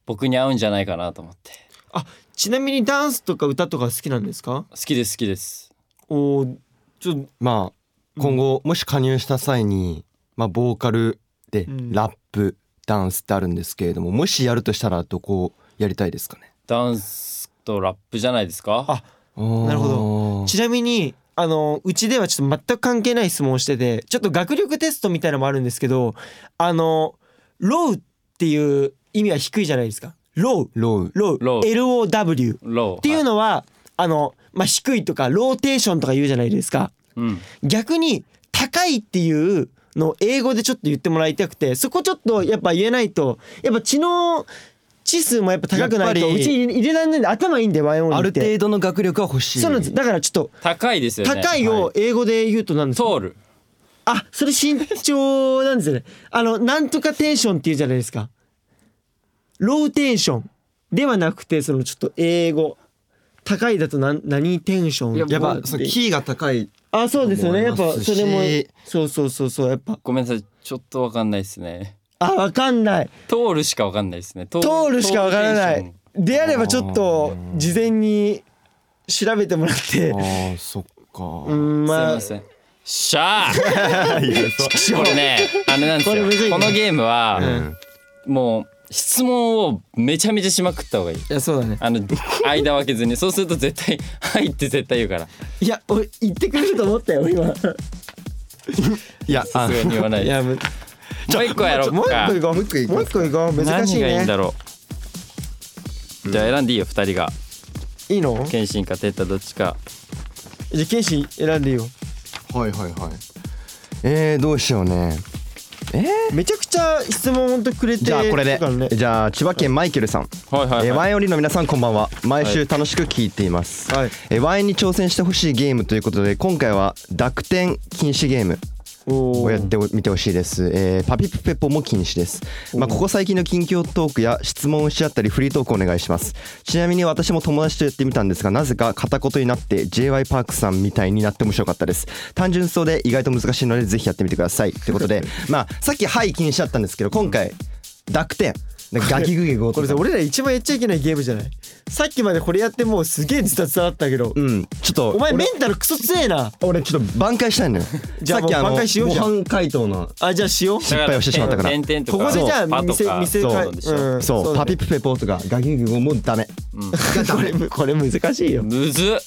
Speaker 3: 僕に合うんじゃないかなと思って
Speaker 1: あちなみにダンスとか歌とか好きなんですか
Speaker 3: 好きです好きです
Speaker 1: おーちょっと
Speaker 2: まあ今後もし加入した際に、まあ、ボーカルで
Speaker 1: うん
Speaker 2: ラップダンスってあるんですけれどももしやるとしたらどこやりたいですかね
Speaker 3: ダンスとラップじゃないですか
Speaker 1: あなるほ
Speaker 2: ど
Speaker 1: ちなみにあのうちではちょっと全く関係ない質問をしててちょっと学力テストみたいなのもあるんですけどあのロウっていう意味は低いじゃないですかロウ
Speaker 2: ロウ
Speaker 1: ロウ
Speaker 3: ロウ
Speaker 1: LOW っ
Speaker 3: ローって
Speaker 1: いうのは、あの、まあ、低いとかローテーションとか言うじゃないですか
Speaker 3: うん
Speaker 1: 逆に高いっていうのを英語でちょっと言ってもらいたくてそこちょっとやっぱ言えないとやっぱ知能知数もやっぱ高くない
Speaker 2: やっ
Speaker 1: と
Speaker 2: ぱ
Speaker 1: う
Speaker 2: り
Speaker 1: ち入れられないんで頭いいんでワイオンリ
Speaker 2: あ
Speaker 1: ー
Speaker 2: る
Speaker 1: って
Speaker 2: 程度の学力は欲しい
Speaker 1: そうなんですだからちょっと
Speaker 3: 高いですよね
Speaker 1: 高いを英語で言うとなんですか、
Speaker 3: 通る
Speaker 1: あそれ身長なんですよねあのなんとかテンションっていうじゃないですかローテンションではなくてそのちょっと英語高いだと何何テンション
Speaker 2: やっぱそのキーが高い
Speaker 1: あそうですよねやっぱ
Speaker 2: 思います
Speaker 1: それも
Speaker 2: し
Speaker 1: そうそうそうそうやっぱ
Speaker 3: ごめんなさいちょっとわかんないですね
Speaker 1: あわかんない
Speaker 3: 通るしかわかんないですね通
Speaker 1: 通るしかわからな
Speaker 3: 通るテ
Speaker 1: い
Speaker 3: ンシ
Speaker 1: であればちょっと事前に調べてもらって
Speaker 2: あーそっ
Speaker 1: う
Speaker 2: か
Speaker 1: ん
Speaker 3: ョン
Speaker 1: まあ
Speaker 3: すいませんしゃあ
Speaker 1: [laughs]
Speaker 2: いやそ
Speaker 3: これねあれなんですよ
Speaker 1: これむずいね
Speaker 3: このゲームは、
Speaker 1: ん
Speaker 3: もう質問をめちゃめちゃしまくった方がいい
Speaker 1: いやそうだね
Speaker 3: あの間分け
Speaker 1: [laughs]
Speaker 3: ずにそうすると絶対「はい」って絶対言うから
Speaker 1: いや俺言ってくれると思ったよ今
Speaker 2: いや
Speaker 3: さ
Speaker 2: あ
Speaker 3: すがに言わない
Speaker 1: い
Speaker 3: で
Speaker 1: やむ
Speaker 3: すもう一個やろ
Speaker 1: ちょも
Speaker 3: う
Speaker 1: う一
Speaker 3: か
Speaker 1: 個いこうもう
Speaker 5: う一個いこう
Speaker 1: 一個いこう難し
Speaker 3: 何
Speaker 1: い
Speaker 3: がいいん
Speaker 1: ね
Speaker 3: だろうじゃあ選んでいいよ二人が
Speaker 1: いいの
Speaker 3: 謙信か哲太どっちか
Speaker 1: じゃあ剣士選んでいいよ
Speaker 5: はいはいはい
Speaker 2: えー、どうしようね
Speaker 1: めちゃくちゃ質問ほんとくれて
Speaker 2: じゃあこ
Speaker 1: る
Speaker 2: れで
Speaker 1: からね
Speaker 2: じゃあ千葉県マイケルさん
Speaker 3: はいは
Speaker 2: えー、
Speaker 3: い、は
Speaker 2: ワ
Speaker 3: い、
Speaker 2: インオンリーの皆さんこんばんは毎週楽しく聞いています、
Speaker 1: はい
Speaker 2: えーワインに挑戦してほしいゲームということで今回は濁点禁止ゲーム
Speaker 1: お
Speaker 2: をやっ
Speaker 1: ー
Speaker 2: てみてほしいです、えーパピプペポも禁止です、まあ、ここ最近の近況トークや質問をし合ったりフリートークお願いしますちなみに私も友達とやってみたんですがなぜか片言になって j y パークさんみたいになって面白かったです単純そうで意外と難しいのでぜひやってみてくださいということ
Speaker 1: [laughs]
Speaker 2: でまあさっき「はい」禁止だったんですけど今回濁点ガキグギゴー
Speaker 1: これさ
Speaker 2: とか
Speaker 1: 俺ら一番やっちゃいけないゲームじゃないさっきまでこれやってもうすげえズタズタだったけど
Speaker 2: うんちょっと
Speaker 1: お前メンタルクソ強えな
Speaker 2: 俺ちょっと挽回したいのよ
Speaker 1: [laughs] じゃあ
Speaker 2: さっきの
Speaker 1: もう挽回しようじゃん
Speaker 2: 模範解答の
Speaker 1: あじゃあしよう
Speaker 2: 失敗をしてしまったから
Speaker 3: 点々と
Speaker 1: こ
Speaker 3: か
Speaker 1: こでじゃあ見せ
Speaker 3: パとか
Speaker 1: 見せ
Speaker 2: そう
Speaker 1: か
Speaker 3: そうでしょ
Speaker 1: ん
Speaker 2: そう
Speaker 1: だね
Speaker 2: パピプペポとかガキグギゴもうダメ
Speaker 1: これこれ難しい
Speaker 2: [laughs]
Speaker 1: よ
Speaker 3: むずっ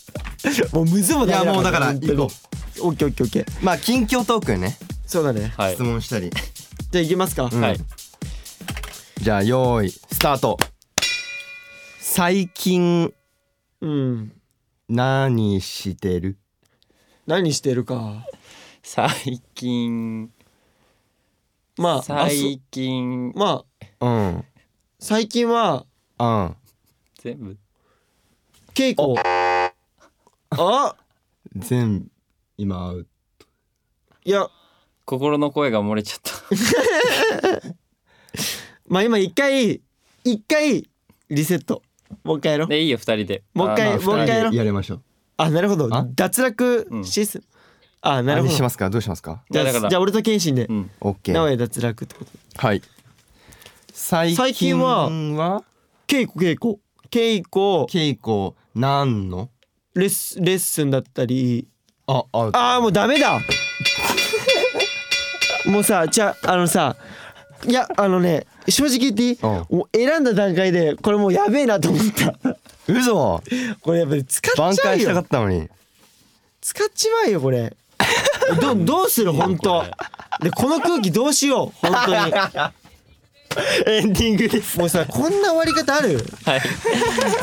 Speaker 1: もうむずも
Speaker 2: い
Speaker 1: ダメ本当に
Speaker 2: 行こ
Speaker 1: オッケーオッケーオッケー
Speaker 2: うまあ近況トークね
Speaker 1: そうだね
Speaker 3: はい
Speaker 2: 質問したり
Speaker 1: じゃあいきますか
Speaker 3: はい
Speaker 2: じゃあ用意スタート最近
Speaker 1: うん
Speaker 2: 何してる
Speaker 1: 何してるか
Speaker 3: 最近
Speaker 1: まああそ
Speaker 3: 最近
Speaker 1: まあ
Speaker 2: うんうん
Speaker 1: 最近は
Speaker 3: 全部
Speaker 1: 稽古あ
Speaker 2: 全部今会う
Speaker 1: いや
Speaker 3: 心の声が漏れちゃ
Speaker 1: [laughs]
Speaker 3: った
Speaker 1: まあ今一回一回リセットもう一回やろう
Speaker 3: でいいよ二人で
Speaker 1: もう一回
Speaker 3: あ
Speaker 1: もう一回やろう
Speaker 2: やりましょう
Speaker 1: あなるほど
Speaker 2: あ
Speaker 1: 脱落
Speaker 3: うん
Speaker 1: シスあなるほ
Speaker 2: 何
Speaker 1: ど
Speaker 2: し
Speaker 1: じゃ
Speaker 2: ますかどうしますか
Speaker 3: いやだか
Speaker 1: あ
Speaker 3: ら
Speaker 1: じゃあ俺と謙信で
Speaker 3: うん
Speaker 2: オッケ
Speaker 1: 名古
Speaker 2: ー
Speaker 1: 屋脱落ってこと
Speaker 2: はい最
Speaker 1: 最近
Speaker 2: 近
Speaker 1: は
Speaker 2: は
Speaker 1: 稽古稽古稽古
Speaker 2: 稽古なんの
Speaker 1: レッスレッスンだったり
Speaker 2: ああ
Speaker 1: ああもうダメ
Speaker 2: [laughs]
Speaker 1: だもうさじゃああのさいやあのね正直言っていい
Speaker 2: うん
Speaker 1: もう選んだ段階でこれもうやべえなと思った
Speaker 2: 嘘
Speaker 1: これやっぱり使っ
Speaker 2: 挽
Speaker 1: ちゃう
Speaker 2: 回したか
Speaker 1: よ
Speaker 2: ったのに
Speaker 1: 使っちまうよこれ [laughs] どどうする本当でこの空気どうしよう本
Speaker 3: [laughs]
Speaker 1: 当に
Speaker 2: エンディングです
Speaker 1: もうさこんな終わり方ある
Speaker 3: はい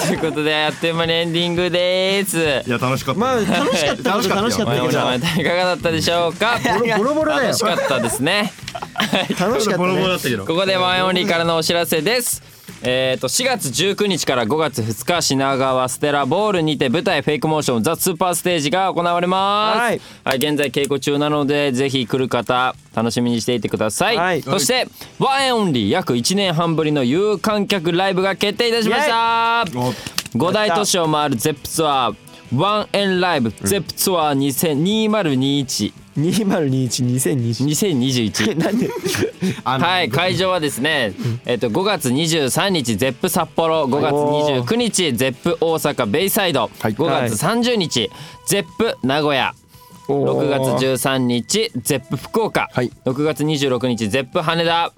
Speaker 3: ということであっという間にエンディングです
Speaker 5: いや楽しかった
Speaker 1: まあ楽しかったこと楽
Speaker 5: 楽
Speaker 1: し
Speaker 5: し
Speaker 1: か
Speaker 5: か
Speaker 1: っ
Speaker 5: ったた
Speaker 3: 前
Speaker 1: け
Speaker 3: の
Speaker 1: ど
Speaker 3: 前いかがだったでしょう
Speaker 1: [laughs]
Speaker 3: か
Speaker 1: ボロボロだよ
Speaker 3: 楽しかったですね
Speaker 1: 楽しかった
Speaker 5: ボロボロだ
Speaker 1: ね
Speaker 5: ったけど
Speaker 3: ここでワンオンリーからのお知らせですえー、と4月19日から5月2日品川ステラボールにて舞台「フェイクモーションザ・スーパーステージ」が行われます、
Speaker 1: はい
Speaker 3: 現在稽古中なのでぜひ来る方楽しみにしていてください、
Speaker 1: はい
Speaker 3: そしてワンエンオンリー約1年半ぶりの有観客ライブが決定いたしました5大都市を回るゼップツアーワンエンライブゼップツアー2021
Speaker 1: 2021-2021
Speaker 3: 2021
Speaker 1: なんで
Speaker 3: はい、会場はですね、えっと5月23日ゼップ札幌、5月29日ゼップ大阪ベイサイド、
Speaker 2: はい
Speaker 3: 5月30日ゼップ名古屋。6月13日ゼップ福岡、
Speaker 2: はい
Speaker 3: 6月26日ゼップ羽田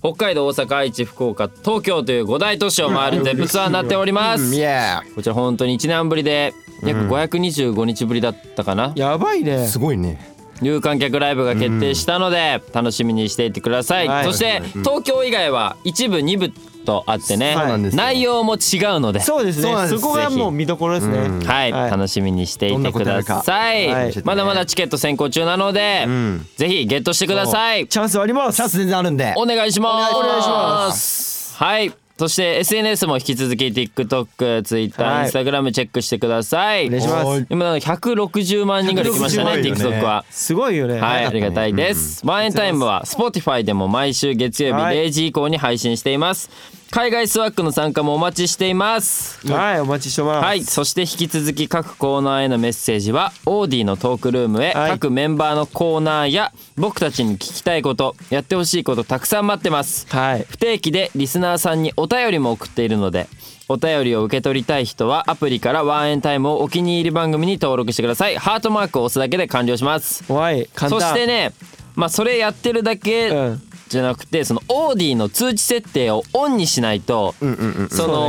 Speaker 3: 北海道大阪愛知福岡東京という5大都市を回るゼップツアーになっております
Speaker 2: イエ
Speaker 3: こちら本当に1年ぶりで約525日ぶりだったかな、
Speaker 1: やばいね
Speaker 2: すごいね
Speaker 3: 有観客ライブが決定したので楽しみにしていてください、
Speaker 1: はい
Speaker 3: そして東京以外は一部二部とあってね、
Speaker 1: そう
Speaker 2: なんですよ
Speaker 3: 内容も違うので
Speaker 1: そうです
Speaker 2: そうな
Speaker 1: ね
Speaker 2: んで
Speaker 1: そ
Speaker 2: す
Speaker 1: こが
Speaker 3: ぜひ
Speaker 1: もう見どころですね
Speaker 3: はい、
Speaker 1: はい
Speaker 3: 楽しみにしていてください、
Speaker 1: どんなことやるかはい
Speaker 3: まだまだチケット先行中なので、
Speaker 2: ん
Speaker 3: ぜひゲットしてください
Speaker 1: チャンスあります
Speaker 5: チャンス全然あるんで
Speaker 3: お願いします
Speaker 1: お願いします
Speaker 3: はいそして SNS も引き続き TikTok、Twitter、
Speaker 1: はい
Speaker 3: Instagram チェックしてください
Speaker 1: お願いしま
Speaker 5: は
Speaker 1: す
Speaker 5: い
Speaker 3: 今なんか160万人ぐらい来ましたね
Speaker 5: 160万よね
Speaker 3: TikTok は
Speaker 1: すごいよね
Speaker 3: はい、ありがたいです。ワンエンタイムは Spotify でも毎週月曜日
Speaker 1: はい
Speaker 3: 0時以降に配信しています。海外スワックの参加もお待ちしています。
Speaker 1: はいお待ちしてます
Speaker 3: はい、そして引き続き各コーナーへのメッセージは OD のトークルームへ
Speaker 1: はい
Speaker 3: 各メンバーのコーナーや僕たちに聞きたいことやってほしいことたくさん待ってます。
Speaker 1: はい
Speaker 3: 不定期でリスナーさんにお便りも送っているのでお便りを受け取りたい人はアプリからワンエンタイムをお気に入り番組に登録してくださいハートマークを押すだけで完了します
Speaker 1: はい簡単
Speaker 3: そしてねまあそれやってるだ
Speaker 1: う
Speaker 3: け
Speaker 1: ん
Speaker 3: じゃなくてそのオーディの通知設定をオンにしないとそ
Speaker 1: そうね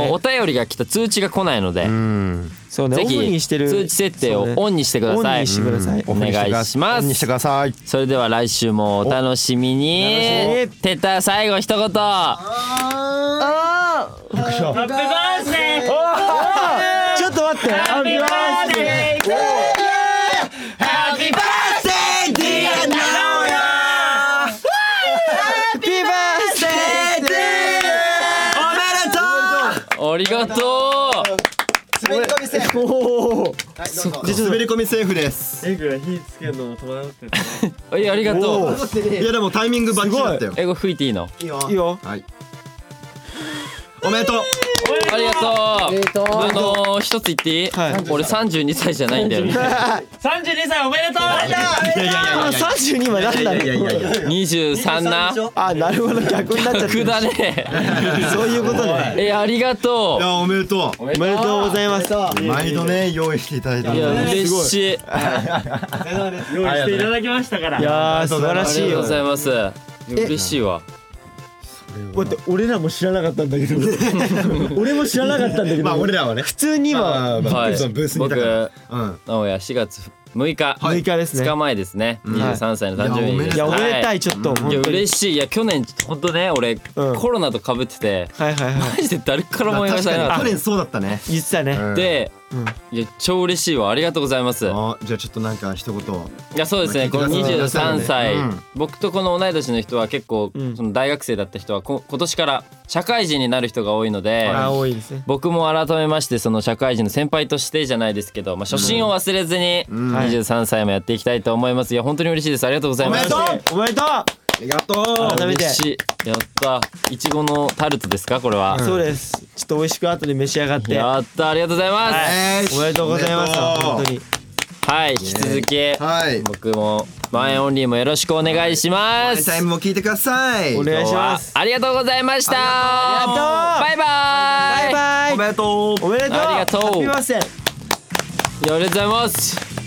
Speaker 3: のお便りが来た通知が来ないので
Speaker 1: そうね
Speaker 3: ぜ
Speaker 1: オフに
Speaker 3: ひ
Speaker 1: してる
Speaker 3: 通知設定を
Speaker 1: そうね
Speaker 3: オンにしてくだ
Speaker 1: オン
Speaker 3: さい
Speaker 1: にしてください
Speaker 3: お願いしま
Speaker 2: オンにして
Speaker 3: す
Speaker 2: ください
Speaker 3: それでは来週もお楽し
Speaker 1: お
Speaker 3: みに
Speaker 1: 楽しみ
Speaker 3: テッター最後一言
Speaker 1: ちょっと待ってあ見ます
Speaker 3: ありがとう
Speaker 2: 滑り込みセーフです
Speaker 3: えありがとう
Speaker 2: いやでもタイミングバッチリだったよ
Speaker 3: 英語吹いていいの
Speaker 1: いいよ
Speaker 2: はいおめでとう
Speaker 3: ありがと
Speaker 6: と
Speaker 3: う
Speaker 6: う
Speaker 3: あのー一つ言っていい
Speaker 1: はい
Speaker 3: 俺32歳じゃないんだよね
Speaker 1: あ三十二はなんだ
Speaker 2: いやいやいや
Speaker 3: 23な
Speaker 1: あなるほど逆になっちゃっ
Speaker 3: 逆
Speaker 1: て
Speaker 3: だね
Speaker 1: そういうことね
Speaker 3: えありがと
Speaker 5: いやおめでと
Speaker 1: おめでとうございます
Speaker 5: う毎度ね用意していただいた
Speaker 3: ういや嬉しい
Speaker 7: 用意していただきましたから
Speaker 1: いやー素晴ら
Speaker 3: あり
Speaker 1: しい
Speaker 3: がとう
Speaker 1: よ
Speaker 3: ございます嬉しいわ
Speaker 1: 待って俺らも知らなかったんだけど俺も知らなかったんだけど
Speaker 5: まあ俺らはね
Speaker 1: 普通に今
Speaker 5: まあま
Speaker 3: は
Speaker 5: あ
Speaker 3: い
Speaker 5: そのブースにいた
Speaker 3: 僕
Speaker 5: から
Speaker 3: 名
Speaker 5: うん
Speaker 3: 古屋4月6日
Speaker 1: 6日です
Speaker 3: 2
Speaker 1: ね
Speaker 3: 日前ですね23歳の誕生日
Speaker 5: い
Speaker 1: いやお
Speaker 3: は
Speaker 1: めでたいちょっと
Speaker 3: いや
Speaker 1: 本当に
Speaker 3: 嬉しいいや去年本当ね俺
Speaker 1: うん
Speaker 3: コロナと被ってて
Speaker 1: はいはいは
Speaker 3: マジで誰からも言わ
Speaker 5: 確
Speaker 3: されな
Speaker 5: かに去
Speaker 3: かっ
Speaker 5: 年そうだったね
Speaker 1: い言ってたね
Speaker 5: うん
Speaker 3: たでいや超嬉しいわありがとうございます
Speaker 5: あじゃあちょっとなんか一言
Speaker 3: いやそうです
Speaker 5: 聞
Speaker 3: ね
Speaker 5: いて
Speaker 3: この
Speaker 5: ください
Speaker 3: 23歳、
Speaker 5: うん
Speaker 3: 僕とこの同い年の人は結構、
Speaker 1: うん
Speaker 3: その大学生だった人はこ今年から社会人になる人が多いので、
Speaker 1: あ多いですね
Speaker 3: 僕も改めましてその社会人の先輩としてじゃないですけど、まあ、初心を忘れずに
Speaker 5: ん
Speaker 3: 23歳もやっていきたいと思いますいや本当に嬉しいですありがとうございます
Speaker 1: おめでとう
Speaker 5: ありがと
Speaker 1: 改めて
Speaker 3: 嬉しいやったいちごのタルトですかこれは、
Speaker 1: そうですちょっと美味しく後で召し上がって
Speaker 3: やったありがとうございますはい、
Speaker 5: う
Speaker 1: おめでとうございます本当に
Speaker 3: 引き続き、
Speaker 5: はい
Speaker 3: 僕もマンエンオンリーもよろしくお願いします、
Speaker 5: タイムも聞いてください
Speaker 1: お願いします
Speaker 3: ありがとうございました。バイバイ。
Speaker 1: バイバイ
Speaker 5: おめでとう
Speaker 1: おめでとう
Speaker 3: ありがとう
Speaker 1: ハッピーバースデー
Speaker 3: いやありがとうございます。